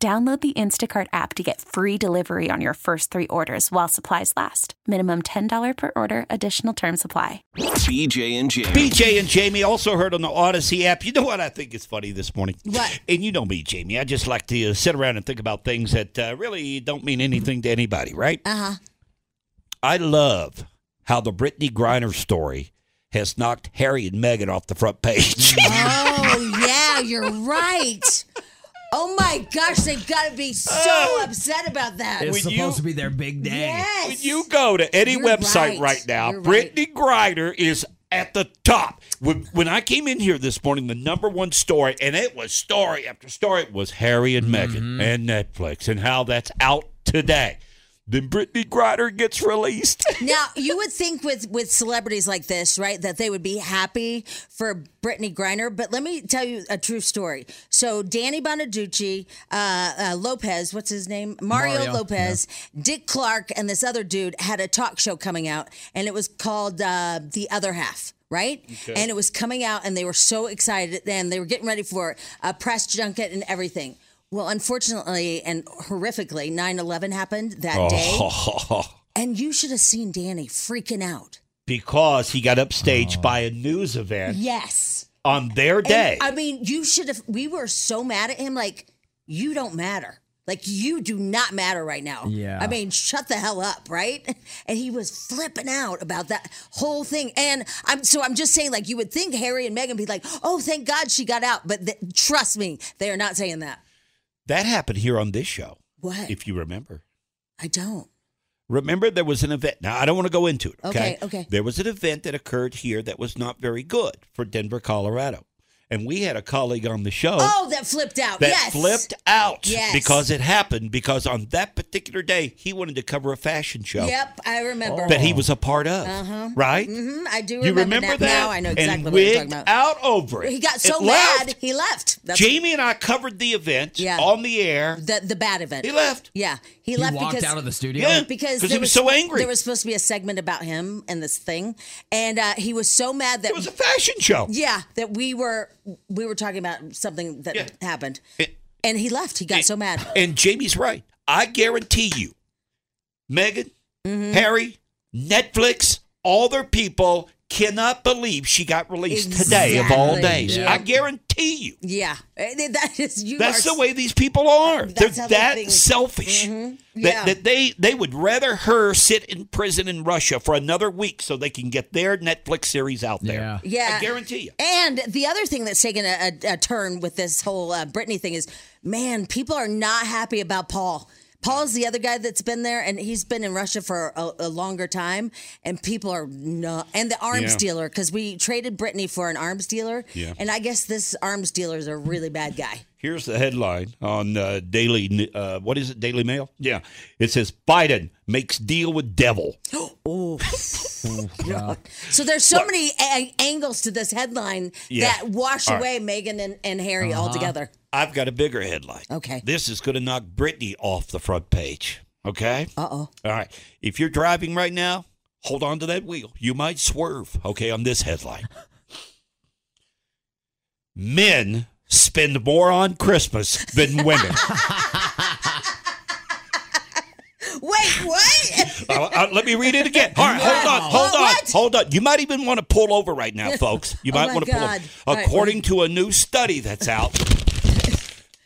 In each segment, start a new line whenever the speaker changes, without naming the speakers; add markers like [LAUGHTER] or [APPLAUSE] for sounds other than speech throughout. Download the Instacart app to get free delivery on your first three orders while supplies last. Minimum $10 per order, additional term supply.
BJ and Jamie.
BJ and Jamie also heard on the Odyssey app. You know what I think is funny this morning?
What?
And you know me, Jamie. I just like to uh, sit around and think about things that uh, really don't mean anything to anybody, right?
Uh huh.
I love how the Brittany Griner story has knocked Harry and Meghan off the front page.
Oh yeah, you're right. Oh my gosh, they gotta be so upset about that.
It's
Would
supposed
you-
to be their big day.
Yes.
When you go to any
You're
website right,
right.
now,
You're right.
Brittany Griner is at the top. When, when I came in here this morning, the number one story, and it was story after story, was Harry and Meghan and Netflix and how that's out today. Then Brittany Griner gets released. [LAUGHS]
Now you would think with with celebrities like this, right, that they would be happy for Brittany Griner. But let me tell you a true story. So Danny Bonaducci, uh, uh, Lopez, what's his name, Mario,
Mario,
Lopez, Dick Clark, and this other dude had a talk show coming out, and it was called uh, The Other Half. Right? And it was coming out, and they were so excited, and they were getting ready for a press junket and everything. Well, unfortunately and horrifically, 9 11 happened that day. And you should have seen Danny freaking out.
because he got upstaged by a news event
Yes.
on their day.
I mean, you should have. We were so mad at him. Like, you don't matter. Like, you do not matter right now.
Yeah.
I mean, shut the hell up, right? [LAUGHS] And he was flipping out about that whole thing. And I'm so I'm just saying, like, you would think Harry and Meghan be like, oh, thank God she got out. But th- trust me, they are not saying that.
that happened here on this show,
What?
if you remember.
I don't.
Remember, there was an event. Now, I don't want to go into it. Okay?
Okay, okay.
There was an event that occurred here that was not very good for Denver, Colorado. And we had a colleague on the show
Oh, that flipped out.
that
yes.
flipped out
Yes.
because it happened. Because on that particular day, he wanted to cover a fashion show
Yep, I remember.
that he was a part of. Uh-huh. Right?
Mhm, I do
You
remember,
remember
that,
that?
now. I know exactly
and
what you're talking
wigged
about.
out over it.
He got so
It
mad,
left.
he left. That's
Jamie and I covered the event
Yeah.
on the air.
the the bad event.
He left.
Yeah, he,
He
left
walked
because
out of the studio.
Yeah.
because
'Cause he
there
was so angry.
There was supposed to be a segment about him and this thing, and uh, he was so mad that
It was a fashion show.
yeah that we were we were talking about something that
Yeah.
happened,
It-
and he left. He got so mad.
And Jamie's right. I guarantee you, Megan,
Mm-hmm.
Harry, Netflix, all their people cannot believe she got released today of all
Exactly.
days.
Yeah.
I guarantee you.
Yeah, [LAUGHS] Eh, that is you.
That's
are
the way these people are. They're
That's how they
that
think. Mm-hmm.
selfish.
Yeah.
That, that they they would rather her sit in prison in Russia for another week so they can get their Netflix series out
Yeah.
there.
Yeah.
I guarantee you.
And the other thing that's taken a, a, a turn with this whole uh, Britney thing is, man, people are not happy about Paul. Paul's the other guy that's been there, and he's been in Russia for a, a longer time, and people are not. And the arms
Yeah.
dealer, because we traded Britney for an arms dealer,
Yeah.
and I guess this arms dealer is a really bad guy.
Here's the headline on uh, Daily. Uh, what is it? Daily Mail. Yeah, it says Biden makes deal with devil.
[LAUGHS] So there's so many a- angles to this headline
Yeah. Uh-huh.
that wash away Megan and, and Harry altogether.
I've got a bigger headline.
Okay.
This is going to knock Britney off the front page. Okay.
Uh oh.
All right. If you're driving right now, hold on to that wheel. You might swerve. Okay. On this headline, men spend more on Christmas than women.
Wait, what? [LAUGHS]
Uh, uh, let me read it again. All right, hold on, hold on,
What?
hold on. You might even want to pull over right
[LAUGHS]
now, folks. You
Oh
might
my
want to pull
God.
over.
All right,
According to a new study that's out,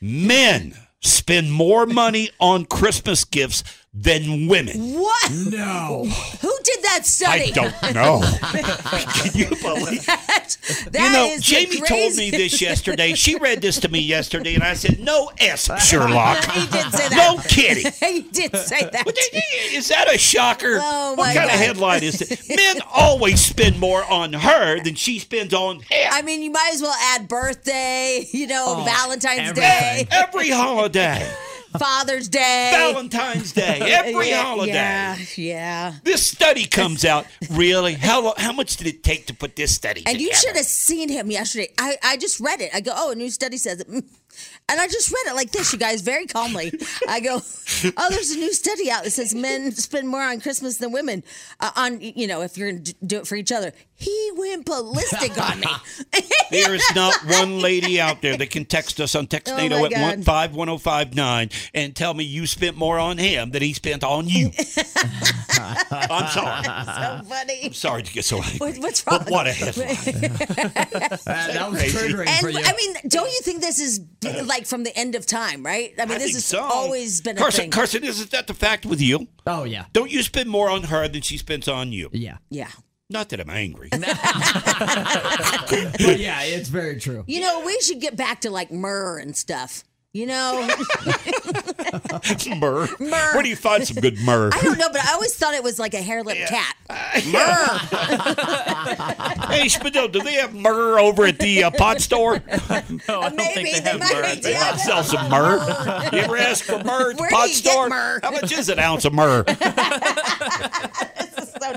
men spend more money on Christmas gifts than women.
what? [LAUGHS]
No.
Who did that study?
Mm. I
[LAUGHS]
don't know. Can you believe?
that
You
that
know,
is the
Jamie told me
craziest-
this yesterday. She read this to me yesterday, and I said, "No s, [LAUGHS] Sherlock.
He did say
[LAUGHS]
that.
No kidding."
[LAUGHS] he did say that.
[LAUGHS] Is that a shocker?
Oh,
what
my
kind
God.
of headline is
[LAUGHS]
it? Men always spend more on her than she spends on him.
I mean, you [LAUGHS] might as well add birthday, you know,
[LAUGHS]
Valentine's
everything.
Day.
Every holiday.
Father's Day.
Valentine's
[LAUGHS]
Day, every
Yeah,
holiday.
Yeah, yeah.
This study
[LAUGHS]
comes out. Really? How lo- how much did it take to put this study
And you
together?
should have seen him yesterday. I, I just read it. I go, oh, a new study says it. Mm. And I just read it like this, you guys, very calmly. I
[LAUGHS]
go, oh, there's a new study out that says men spend more on Christmas than women. Uh, on you know, if you're gonna d- do it for each other, he went ballistic on me.
[LAUGHS] There is not
[LAUGHS]
one lady out there that can text us on Textnado
Oh my
at
God.
151059 and tell me you spent more on him than he spent on
[LAUGHS]
you. I'm sorry.
Uh-huh.
so funny.
Sorry to get so angry.
What- what's wrong?
But what a headline.
That, that was
Crazy.
triggering
And
for you.
I mean, don't you think this is like from the end of time, right? I mean,
I
this
think
has
so.
always been a
Carson,
thing.
Carson, isn't that the fact with you?
oh yeah,
Don't you spend more on her than she spends on you?
yeah,
yeah.
Not that I'm
[LAUGHS]
angry.
but yeah, it's very true.
You know, we should get back to like myrrh and stuff. You know, [LAUGHS]
myrrh.
Myrrh.
Where do you find some good
[LAUGHS]
myrrh?
I don't know, but I always thought it was like a hair lip
[LAUGHS]
cat.
Hey, Spadil, do they have myrrh over at the uh, pod store?
No, I don't
Maybe
think
[LAUGHS]
they
they
have
might
myrrh.
be
They
doing
I sell some myrrh. You ever ask for myrrh at the
Where do
pod
you get
store?
myrrh?
How much is an ounce of
[LAUGHS]
myrrh?
so